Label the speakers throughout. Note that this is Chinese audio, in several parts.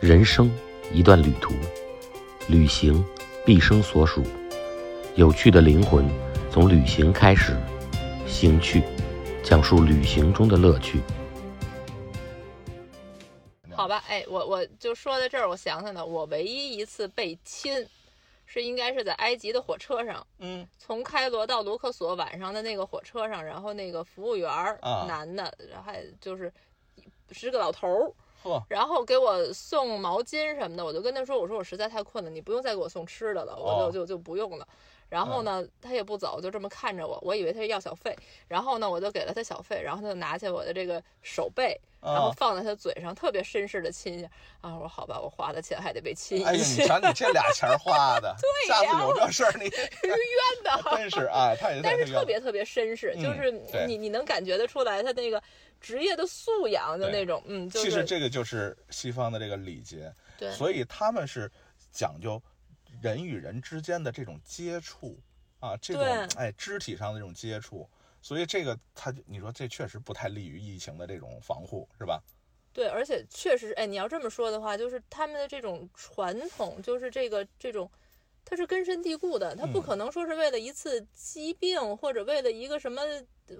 Speaker 1: 人生一段旅途，旅行毕生所属。有趣的灵魂从旅行开始，行去，讲述旅行中的乐趣。
Speaker 2: 好吧，哎，我我就说到这儿，我想想呢，我唯一一次被亲，是应该是在埃及的火车上，
Speaker 3: 嗯，
Speaker 2: 从开罗到卢克索晚上的那个火车上，然后那个服务员儿、
Speaker 3: 啊
Speaker 2: 男的，然后还就是是个老头儿，
Speaker 3: 呵，
Speaker 2: 然后给我送毛巾什么的，我就跟他说，我说我实在太困了，你不用再给我送吃的了，我
Speaker 3: 哦嗯
Speaker 2: 就就就不用了。然后呢，他也不走，就这么看着我，我以为他是要小费，然后呢，我就给了他小费，然后他就拿起我的这个手背，然后
Speaker 3: 啊，
Speaker 2: 放在他嘴上，特别绅士的亲一下。啊，我说好吧，我花的钱还得被亲
Speaker 3: 哎
Speaker 2: 一
Speaker 3: 呀，你
Speaker 2: 下，
Speaker 3: 瞧你这俩钱儿花的，
Speaker 2: 对
Speaker 3: 下
Speaker 2: 呀
Speaker 3: 次有这事儿你
Speaker 2: 真的。
Speaker 3: 真是啊，他也
Speaker 2: 但是特
Speaker 3: 冤
Speaker 2: 别特别绅士，
Speaker 3: 嗯
Speaker 2: 就是
Speaker 3: 对
Speaker 2: 你你能感觉得出来他那个职业的素养的
Speaker 3: 对
Speaker 2: 那种，嗯，就
Speaker 3: 其实
Speaker 2: 是
Speaker 3: 这个就是西方的这个礼节，
Speaker 2: 对
Speaker 3: 所以他们是讲究人与人之间的这种接触啊，这种
Speaker 2: 对
Speaker 3: 哎肢体上的这种接触，所以这个他你说这确实不太利于疫情的这种防护，是吧？
Speaker 2: 对，而且确实，哎，你要这么说的话，就是他们的这种传统，就是这个这种，它是根深蒂固的，它不
Speaker 3: 嗯
Speaker 2: 可能说是为了一次疾病或者为了一个什么呃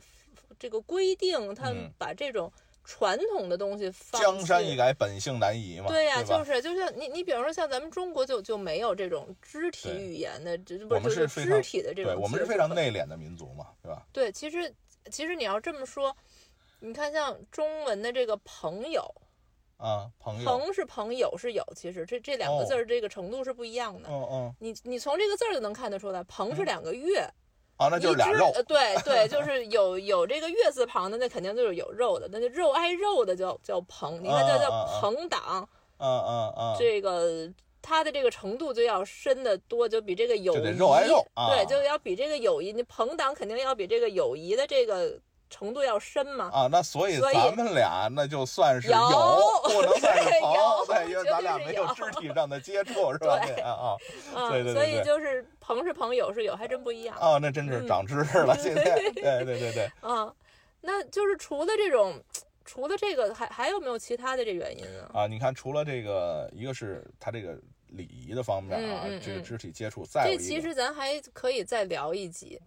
Speaker 2: 这个规定，他
Speaker 3: 嗯
Speaker 2: 把这种传统的东西放
Speaker 3: 江山
Speaker 2: 弃
Speaker 3: 易改，本性难移嘛，
Speaker 2: 对呀、
Speaker 3: 吧？
Speaker 2: 就是就像你你比方说像咱们中国就就没有这种肢体
Speaker 3: 对
Speaker 2: 语言的，这不
Speaker 3: 我
Speaker 2: 是
Speaker 3: 们
Speaker 2: 就是是
Speaker 3: 非
Speaker 2: 肢
Speaker 3: 常
Speaker 2: 体的这
Speaker 3: 对，
Speaker 2: 种接触，
Speaker 3: 我们是非常内敛的民族嘛，对吧？
Speaker 2: 对，其实其实你要这么说，你看像中文的这个朋友，
Speaker 3: 啊，朋友，
Speaker 2: 朋是朋友是友，其实这这两个字
Speaker 3: 哦
Speaker 2: 儿这个程度是不一样的。
Speaker 3: 嗯嗯，
Speaker 2: 你你从这个字儿就能看得出来，朋是
Speaker 3: 嗯
Speaker 2: 两个月，
Speaker 3: 啊，那
Speaker 2: 你
Speaker 3: 就是俩
Speaker 2: 知
Speaker 3: 肉
Speaker 2: 呃对对，就是有有这个月字旁的，那肯定就是有肉的，那就肉挨肉的叫叫朋。你看
Speaker 3: 啊
Speaker 2: 叫
Speaker 3: 啊
Speaker 2: 叫
Speaker 3: 啊
Speaker 2: 朋党，
Speaker 3: 啊啊啊，
Speaker 2: 这个它的这个程度就要深得多，就比这个友
Speaker 3: 就得
Speaker 2: 谊，
Speaker 3: 肉挨肉啊
Speaker 2: 对，就要比这个友谊，你朋党肯定要比这个友谊的这个程度要深嘛。
Speaker 3: 啊，那所以
Speaker 2: 所以
Speaker 3: 咱们俩那就算是
Speaker 2: 有
Speaker 3: 不能算是朋友，
Speaker 2: 有
Speaker 3: 对，因为咱俩
Speaker 2: 绝对是
Speaker 3: 没有
Speaker 2: 有
Speaker 3: 肢体上的接触，是吧？
Speaker 2: 对
Speaker 3: 对啊
Speaker 2: 嗯，
Speaker 3: 对对对
Speaker 2: 所以
Speaker 3: 对
Speaker 2: 就是朋是朋友是友，还真不一样。
Speaker 3: 啊，啊，那真是
Speaker 2: 嗯
Speaker 3: 长知识 了，今天，对对对对，
Speaker 2: 啊，那就是除了这种，除了这个，还还有没有其他的这原因呢？
Speaker 3: 啊，你看，除了这个，一个是他这个礼仪的方面啊，
Speaker 2: 嗯嗯
Speaker 3: 这个
Speaker 2: 嗯
Speaker 3: 肢体接触，再有
Speaker 2: 这
Speaker 3: 一个，
Speaker 2: 其实咱还可以再聊一集，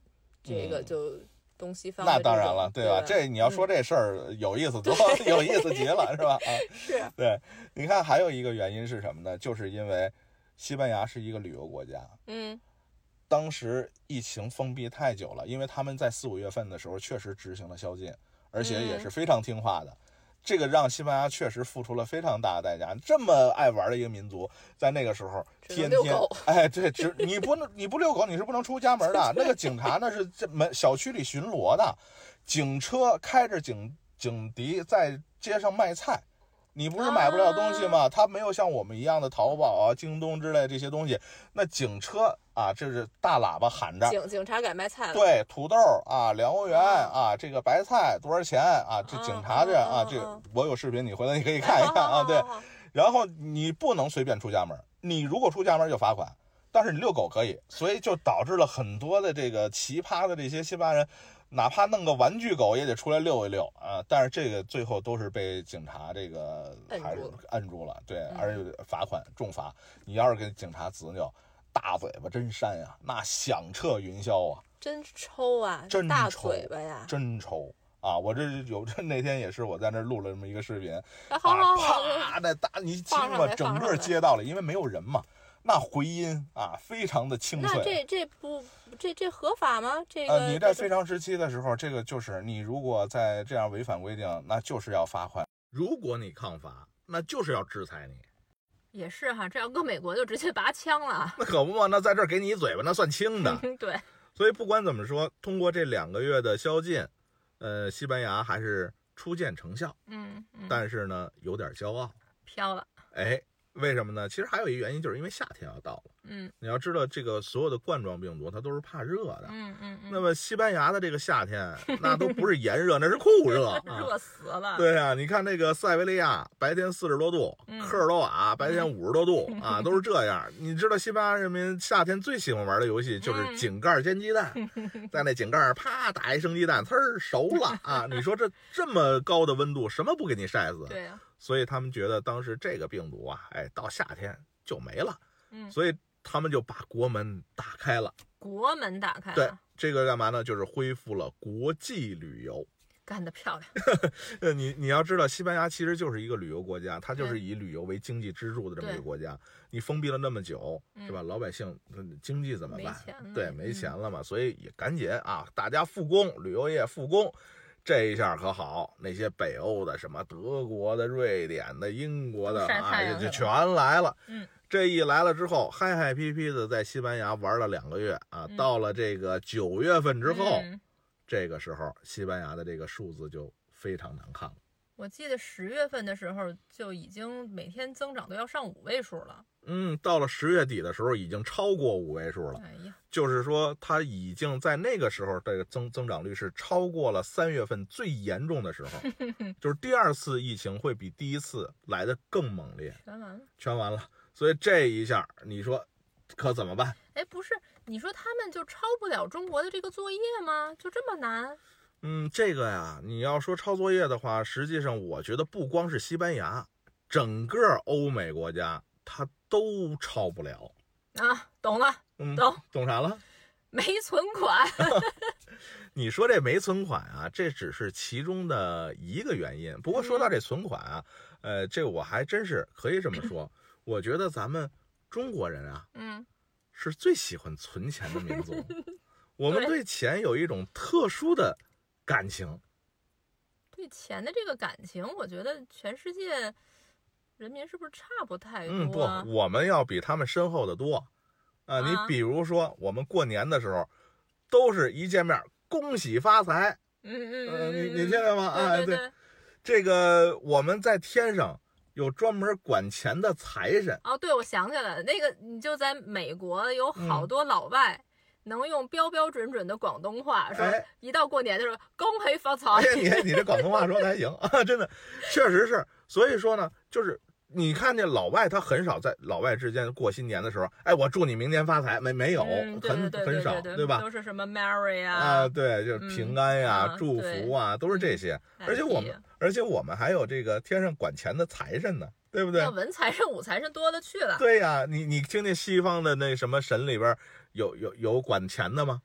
Speaker 2: 这个就东西方
Speaker 3: 嗯
Speaker 2: 的
Speaker 3: 那
Speaker 2: 这种。
Speaker 3: 当然了，
Speaker 2: 对
Speaker 3: 吧？这你要说
Speaker 2: 嗯
Speaker 3: 这事儿有意思多， 有意思极了，是吧？啊，
Speaker 2: 是，
Speaker 3: 对，你看还有一个原因是什么呢？就是因为西班牙是一个旅游国家，
Speaker 2: 嗯
Speaker 3: 当时疫情封闭太久了，因为他们在四五月份的时候确实执行了宵禁，而且
Speaker 2: 嗯
Speaker 3: 也是非常听话的。这个让西班牙确实付出了非常大的代价。这么爱玩的一个民族，在那个时候
Speaker 2: 只
Speaker 3: 天
Speaker 2: 能遛
Speaker 3: 天
Speaker 2: 狗
Speaker 3: 哎，对，只你不能你不遛狗，你是不能出家门 的。那个警察那是这门小区里巡逻的，警车开着警警笛在街上卖菜。你不是买不了东西吗？他啊没有像我们一样的淘宝啊、京东之类这些东西。那警车啊，这是大喇叭喊着，
Speaker 2: 警警察改卖菜了。
Speaker 3: 对，土豆啊，两欧元
Speaker 2: 啊
Speaker 3: 啊，这个白菜多少钱啊？这
Speaker 2: 啊
Speaker 3: 警察这
Speaker 2: 啊
Speaker 3: 啊
Speaker 2: 啊，
Speaker 3: 这
Speaker 2: 啊
Speaker 3: 我有视频，你回来你可以
Speaker 2: 哎，
Speaker 3: 看一
Speaker 2: 好
Speaker 3: 看啊。对，，
Speaker 2: 好好好
Speaker 3: 然后你不能随便出家门，你如果出家门就罚款，但是你遛狗可以，所以就导致了很多的这个奇葩的这些西班牙人，哪怕弄个玩具狗也得出来遛一遛啊。但是这个最后都是被警察这个
Speaker 2: 摁
Speaker 3: 还是
Speaker 2: 嗯住了
Speaker 3: 摁住了，对，
Speaker 2: 嗯
Speaker 3: 而且罚款重罚。你要是给警察执拗，大嘴巴真扇呀、那响彻云霄啊。
Speaker 2: 真抽啊，
Speaker 3: 真
Speaker 2: 大
Speaker 3: 抽
Speaker 2: 嘴巴呀！
Speaker 3: 真抽啊！我这有这那天也是我在那儿录了这么一个视频，
Speaker 2: 哎， 好
Speaker 3: 啊，
Speaker 2: 好好，
Speaker 3: 啪的打你听
Speaker 2: 放上
Speaker 3: 吧，
Speaker 2: 来
Speaker 3: 整
Speaker 2: 放
Speaker 3: 个
Speaker 2: 上来
Speaker 3: 街道里，因为没有人嘛，那回音啊非常的清
Speaker 2: 那
Speaker 3: 脆。
Speaker 2: 这这不这这合法吗？这个
Speaker 3: 呃，你在
Speaker 2: 这
Speaker 3: 非常时期的时候，这个就是你如果再这样违反规定，那就是要罚款。如果你抗罚，那就是要制裁你。
Speaker 2: 也是哈，这要搁美国就直接拔枪了。
Speaker 3: 那可不嘛，那在这儿给你一嘴巴，那算轻 的。
Speaker 2: 对，
Speaker 3: 所以不管怎么说，通过这两个月的宵禁，呃，西班牙还是初见成效，
Speaker 2: 嗯嗯，
Speaker 3: 但是呢，有点骄傲。
Speaker 2: 飘了，
Speaker 3: 哎，为什么呢？其实还有一个原因，就是因为夏天要到了。
Speaker 2: 嗯
Speaker 3: 你要知道，这个所有的冠状病毒它都是怕热的。
Speaker 2: 嗯嗯嗯，
Speaker 3: 那么西班牙的这个夏 天，那都不是炎热，那是酷热。啊
Speaker 2: 热死了，
Speaker 3: 对啊，你看那个塞维利亚白天四十多度，
Speaker 2: 嗯
Speaker 3: 科尔多瓦白天五十多度啊，都是这样。你知道西班牙人民夏天最喜欢玩的游戏就是
Speaker 2: 嗯
Speaker 3: 井盖煎鸡 蛋，在那井盖上啪打一生鸡蛋，呲儿熟 了啊！你说这这么高的温度，什么不给你晒死？
Speaker 2: 对啊呀，
Speaker 3: 所以他们觉得当时这个病毒啊，哎，到夏天就没了，
Speaker 2: 嗯
Speaker 3: 所以他们就把国门打开了。
Speaker 2: 国门打开
Speaker 3: 对
Speaker 2: 了，，
Speaker 3: 这个干嘛呢？就是恢复了国际旅游。
Speaker 2: 干得漂亮，
Speaker 3: 呃，你你要知道，西班牙其实就是一个旅游国家，它就是
Speaker 2: 对
Speaker 3: 以旅游为经济支柱的这么一个
Speaker 2: 对嗯
Speaker 3: 国家。你封闭了那么久，是吧？老百姓呃经济怎么
Speaker 2: 没
Speaker 3: 办
Speaker 2: 钱？了
Speaker 3: 对，没
Speaker 2: 嗯
Speaker 3: 钱了嘛，所以也赶紧啊，大家复工，旅游业复工。这一下可好，那些北欧的，什么德国的、瑞典的、英国的
Speaker 2: 都晒
Speaker 3: 啊，
Speaker 2: 太阳
Speaker 3: 就
Speaker 2: 去
Speaker 3: 就
Speaker 2: 了
Speaker 3: 全来了。
Speaker 2: 嗯，
Speaker 3: 这一来了之后，嗨嗨皮皮的在西班牙玩了两个月啊，
Speaker 2: 嗯
Speaker 3: 到了这个九月份之后，
Speaker 2: 嗯
Speaker 3: 这个时候西班牙的这个数字就非常难看了。
Speaker 2: 我记得十月份的时候就已经每天增长都要上五位数了，
Speaker 3: 嗯，到了十月底的时候，已经超过五位数了。
Speaker 2: 哎呀，
Speaker 3: 就是说，它已经在那个时候，这个增增长率是超过了三月份最严重的时候，就是第二次疫情会比第一次来的更猛烈，
Speaker 2: 全完了。
Speaker 3: 全完了。所以这一下，你说可怎么办？
Speaker 2: 哎，不是，你说他们就抄不了中国的这个作业吗？就这么难？
Speaker 3: 嗯，这个呀，你要说抄作业的话，实际上我觉得不光是西班牙，整个欧美国家它都抄不了。
Speaker 2: 啊，懂了，
Speaker 3: 嗯，
Speaker 2: 懂
Speaker 3: 懂啥了？
Speaker 2: 没存款。
Speaker 3: 你说这没存款啊，这只是其中的一个原因。不过说
Speaker 2: 嗯
Speaker 3: 到这存款啊，呃，这我还真是可以这么说，我觉得咱们中国人啊
Speaker 2: 嗯，
Speaker 3: 是最喜欢存钱的 民族，我们对钱有一种特殊的感情。
Speaker 2: 对钱的这个感情，我觉得全世界人民是不是差不太多？
Speaker 3: 嗯，不，我们要比他们深厚的多。啊，你
Speaker 2: 啊
Speaker 3: 比如说我们过年的时候，都是一见面恭喜发财，
Speaker 2: 嗯嗯
Speaker 3: 呃
Speaker 2: 嗯，
Speaker 3: 你
Speaker 2: 嗯
Speaker 3: 你听见吗
Speaker 2: 嗯
Speaker 3: 啊
Speaker 2: 对
Speaker 3: 对
Speaker 2: 对，
Speaker 3: 这个我们在天上有专门管钱的财神。
Speaker 2: 哦，对，我想起来了，那个你就在美国有好
Speaker 3: 嗯
Speaker 2: 多老外。能用标标准准的广东话说
Speaker 3: 哎，
Speaker 2: 一到过年的时候，恭喜发财
Speaker 3: 哎。呀，你你这广东话说的还行啊，真的，确实是。所以说呢，就是你看见老外，他很少在老外之间过新年的时候，哎，我祝你明年发财，没没有，
Speaker 2: 嗯，对对
Speaker 3: 很
Speaker 2: 对
Speaker 3: 很
Speaker 2: 对
Speaker 3: 少，
Speaker 2: 对
Speaker 3: 对吧？
Speaker 2: 都是什么 Mary
Speaker 3: 啊，
Speaker 2: 啊，
Speaker 3: 对，就是平安呀、
Speaker 2: 嗯啊
Speaker 3: 祝福啊，都是这些。
Speaker 2: 嗯
Speaker 3: 而且我
Speaker 2: 哎
Speaker 3: 们
Speaker 2: 呀，
Speaker 3: 而且我们还有这个天上管钱的财神呢，对不对
Speaker 2: 那？文财神、武财神多了去了。
Speaker 3: 对呀、你你听听西方的那什么神里边有有有管钱的吗？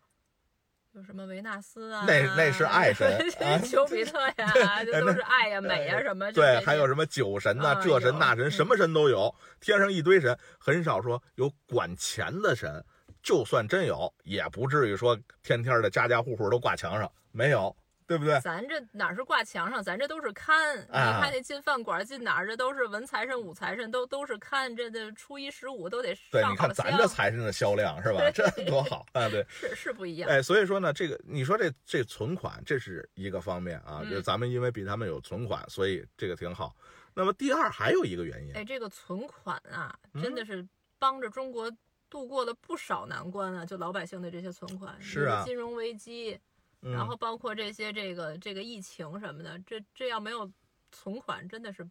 Speaker 2: 有什么维纳斯啊？
Speaker 3: 那那 是爱神啊哎
Speaker 2: 丘比特 呀，这都是爱呀、美呀什么。就这
Speaker 3: 对，
Speaker 2: 些
Speaker 3: 还有什么酒神呐、
Speaker 2: 啊
Speaker 3: 这神
Speaker 2: 有
Speaker 3: 那神，
Speaker 2: 嗯
Speaker 3: 什么神都有，天上一堆神，很少说有管钱的神。就算真有，也不至于说天天的家家户户都挂墙上，没有，对不对？
Speaker 2: 咱这哪是挂墙上，咱这都是看。
Speaker 3: 啊
Speaker 2: 你看那进饭馆进哪儿，这都是文财神、武财神，都都是看。这这初一十五都得
Speaker 3: 对，
Speaker 2: 上
Speaker 3: 你
Speaker 2: 好
Speaker 3: 看咱
Speaker 2: 香
Speaker 3: 这财神的销量是 吧？这多好啊！对，
Speaker 2: 是是不一样。
Speaker 3: 哎，所以说呢，这个你说这这存款，这是一个方面啊，
Speaker 2: 嗯
Speaker 3: 就咱们因为比他们有存款，所以这个挺好。那么第二还有一个原因，
Speaker 2: 哎，这个存款啊，真
Speaker 3: 嗯
Speaker 2: 的是帮着中国度过了不少难关啊！就老百姓的这些存款，
Speaker 3: 是
Speaker 2: 一个
Speaker 3: 啊
Speaker 2: 金融危机，
Speaker 3: 嗯、
Speaker 2: 然后包括这些这个这个疫情什么的，这这要没有存款，真的是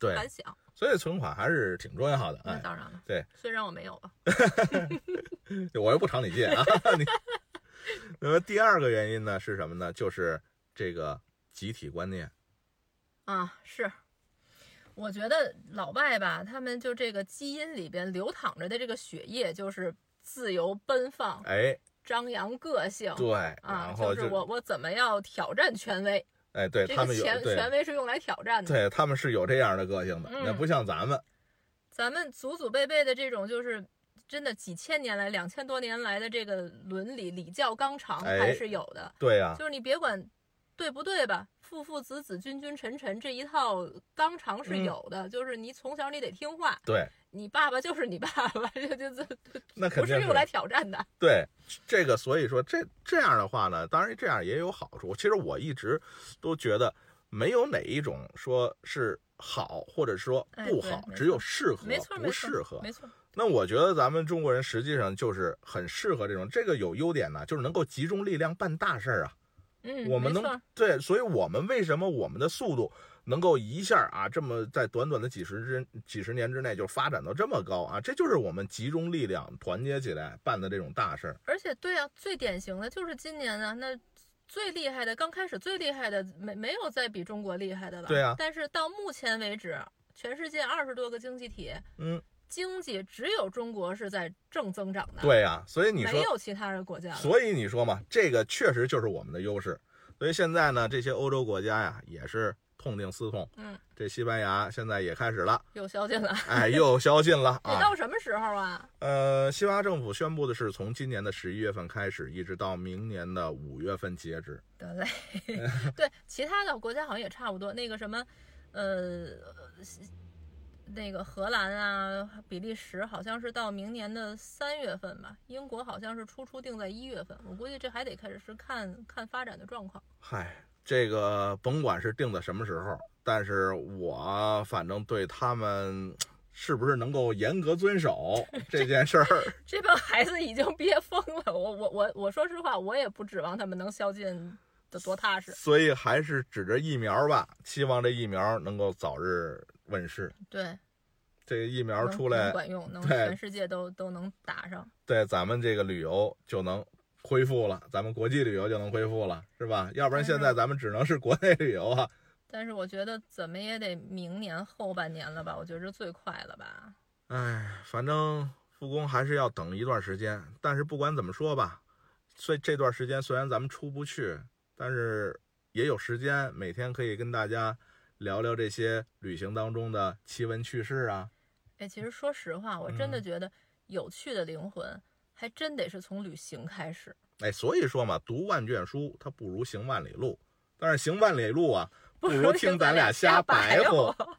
Speaker 3: 对，
Speaker 2: 敢想。
Speaker 3: 所以存款还是挺重要的。
Speaker 2: 那
Speaker 3: 哎，
Speaker 2: 当然了，
Speaker 3: 对，
Speaker 2: 虽然我没有吧，
Speaker 3: 我又不常你借啊。你那么第二个原因呢是什么呢？就是这个集体观念。
Speaker 2: 啊，是，我觉得老外吧，他们就这个基因里边流淌着的这个血液，就是自由奔放、
Speaker 3: 哎，
Speaker 2: 张扬个性，
Speaker 3: 对，
Speaker 2: 啊，
Speaker 3: 然后
Speaker 2: 是我我怎么要挑战权威，
Speaker 3: 哎，对
Speaker 2: 这
Speaker 3: 他
Speaker 2: 个
Speaker 3: 们有
Speaker 2: 权权
Speaker 3: 对。
Speaker 2: 威是用来挑战的。
Speaker 3: 对，他们是有这样的个性的，那
Speaker 2: 嗯
Speaker 3: 不像咱们。
Speaker 2: 咱们祖祖辈辈的这种就是。真的几千年来，两千多年来的这个伦理礼教纲常还
Speaker 3: 哎
Speaker 2: 是有的，
Speaker 3: 对呀、
Speaker 2: 就是你别管对不对吧，父父子子君君臣臣这一套纲常是
Speaker 3: 嗯
Speaker 2: 有的，就是你从小你得听话，
Speaker 3: 对，
Speaker 2: 你爸爸就是你爸爸， 这这这
Speaker 3: 那肯
Speaker 2: 不
Speaker 3: 定
Speaker 2: 是用来挑战的。
Speaker 3: 对这个，所以说这这样的话呢，当然这样也有好处。其实我一直都觉得，没有哪一种说是好，或者说
Speaker 2: 哎
Speaker 3: 不
Speaker 2: 对
Speaker 3: 好，
Speaker 2: 没
Speaker 3: 只有
Speaker 2: 错
Speaker 3: 适合
Speaker 2: 没错，
Speaker 3: 不
Speaker 2: 没错，
Speaker 3: 适合。
Speaker 2: 没错。
Speaker 3: 那我觉得咱们中国人实际上就是很适合这种，这个有优点呢，就是能够集中力量办大事儿啊。
Speaker 2: 嗯，
Speaker 3: 我们
Speaker 2: 没错
Speaker 3: 能
Speaker 2: 儿，
Speaker 3: 对，所以我们为什么我们的速度能够一下啊，这么在短短的几十之几十年之内就发展到这么高啊？这就是我们集中力量团结起来办的这种大事儿。
Speaker 2: 而且对啊，最典型的就是今年啊，那最厉害的，刚开始最厉害的，没没有再比中国厉害的了。
Speaker 3: 对啊
Speaker 2: 但是到目前为止，全世界二十多个经济体，
Speaker 3: 嗯，
Speaker 2: 经济只有中国是在正增长的，，
Speaker 3: 对呀、所以你
Speaker 2: 没
Speaker 3: 说，
Speaker 2: 有其他的国家了。
Speaker 3: 所以你说嘛，这个确实就是我们的优势。所以现在呢，这些欧洲国家呀，也是痛定思痛。
Speaker 2: 嗯，
Speaker 3: 这西班牙现在也开始了，
Speaker 2: 有宵禁了，
Speaker 3: 哎，又有宵禁 了
Speaker 2: 得
Speaker 3: 啊。
Speaker 2: 到什么时候啊？
Speaker 3: 呃，西班牙政府宣布的是，从今年的十一月份开始，一直到明年的五月份截止。
Speaker 2: 得嘞， 对，其他的国家好像也差不多。那个什么，呃，那个荷兰啊、比利时好像是到明年的三月份吧，英国好像是初初定在一月份。我估计这还得开始是看看发展的状况。
Speaker 3: 嗨，这个甭管是定的什么时候，但是我反正对他们是不是能够严格遵守这件事儿，
Speaker 2: 这帮孩子已经憋疯了，我我我我说实话，我也不指望他们能宵禁的多踏 实。
Speaker 3: 所以还是指着疫苗吧，希望这疫苗能够早日问世。
Speaker 2: 对，
Speaker 3: 这个疫苗
Speaker 2: 能
Speaker 3: 出
Speaker 2: 能
Speaker 3: 来，
Speaker 2: 管 用，能
Speaker 3: 对
Speaker 2: 全世界都都能打上。
Speaker 3: 对咱们这个旅游就能恢复了，咱们国际旅游就能恢复了，是吧？要不然现在咱们只能是国内旅游啊。
Speaker 2: 但是我觉得怎么也得明年后半年了吧，我觉着最快了吧。
Speaker 3: 唉，反正复工还是要等一段时间。但是不管怎么说吧，所以这段时间虽然咱们出不去，但是也有时间，每天可以跟大家聊聊这些旅行当中的奇闻趣事啊。
Speaker 2: 哎，其实说实话，我真的
Speaker 3: 嗯
Speaker 2: 觉得有趣的灵魂还真得是从旅行开始。
Speaker 3: 哎，所以说嘛，读万卷书，它不如行万里路。但是行万里路啊，不
Speaker 2: 不
Speaker 3: 如
Speaker 2: 如
Speaker 3: 听
Speaker 2: 听
Speaker 3: 咱
Speaker 2: 咱
Speaker 3: 俩
Speaker 2: 俩
Speaker 3: 瞎
Speaker 2: 瞎
Speaker 3: 白
Speaker 2: 白
Speaker 3: 活
Speaker 2: 活。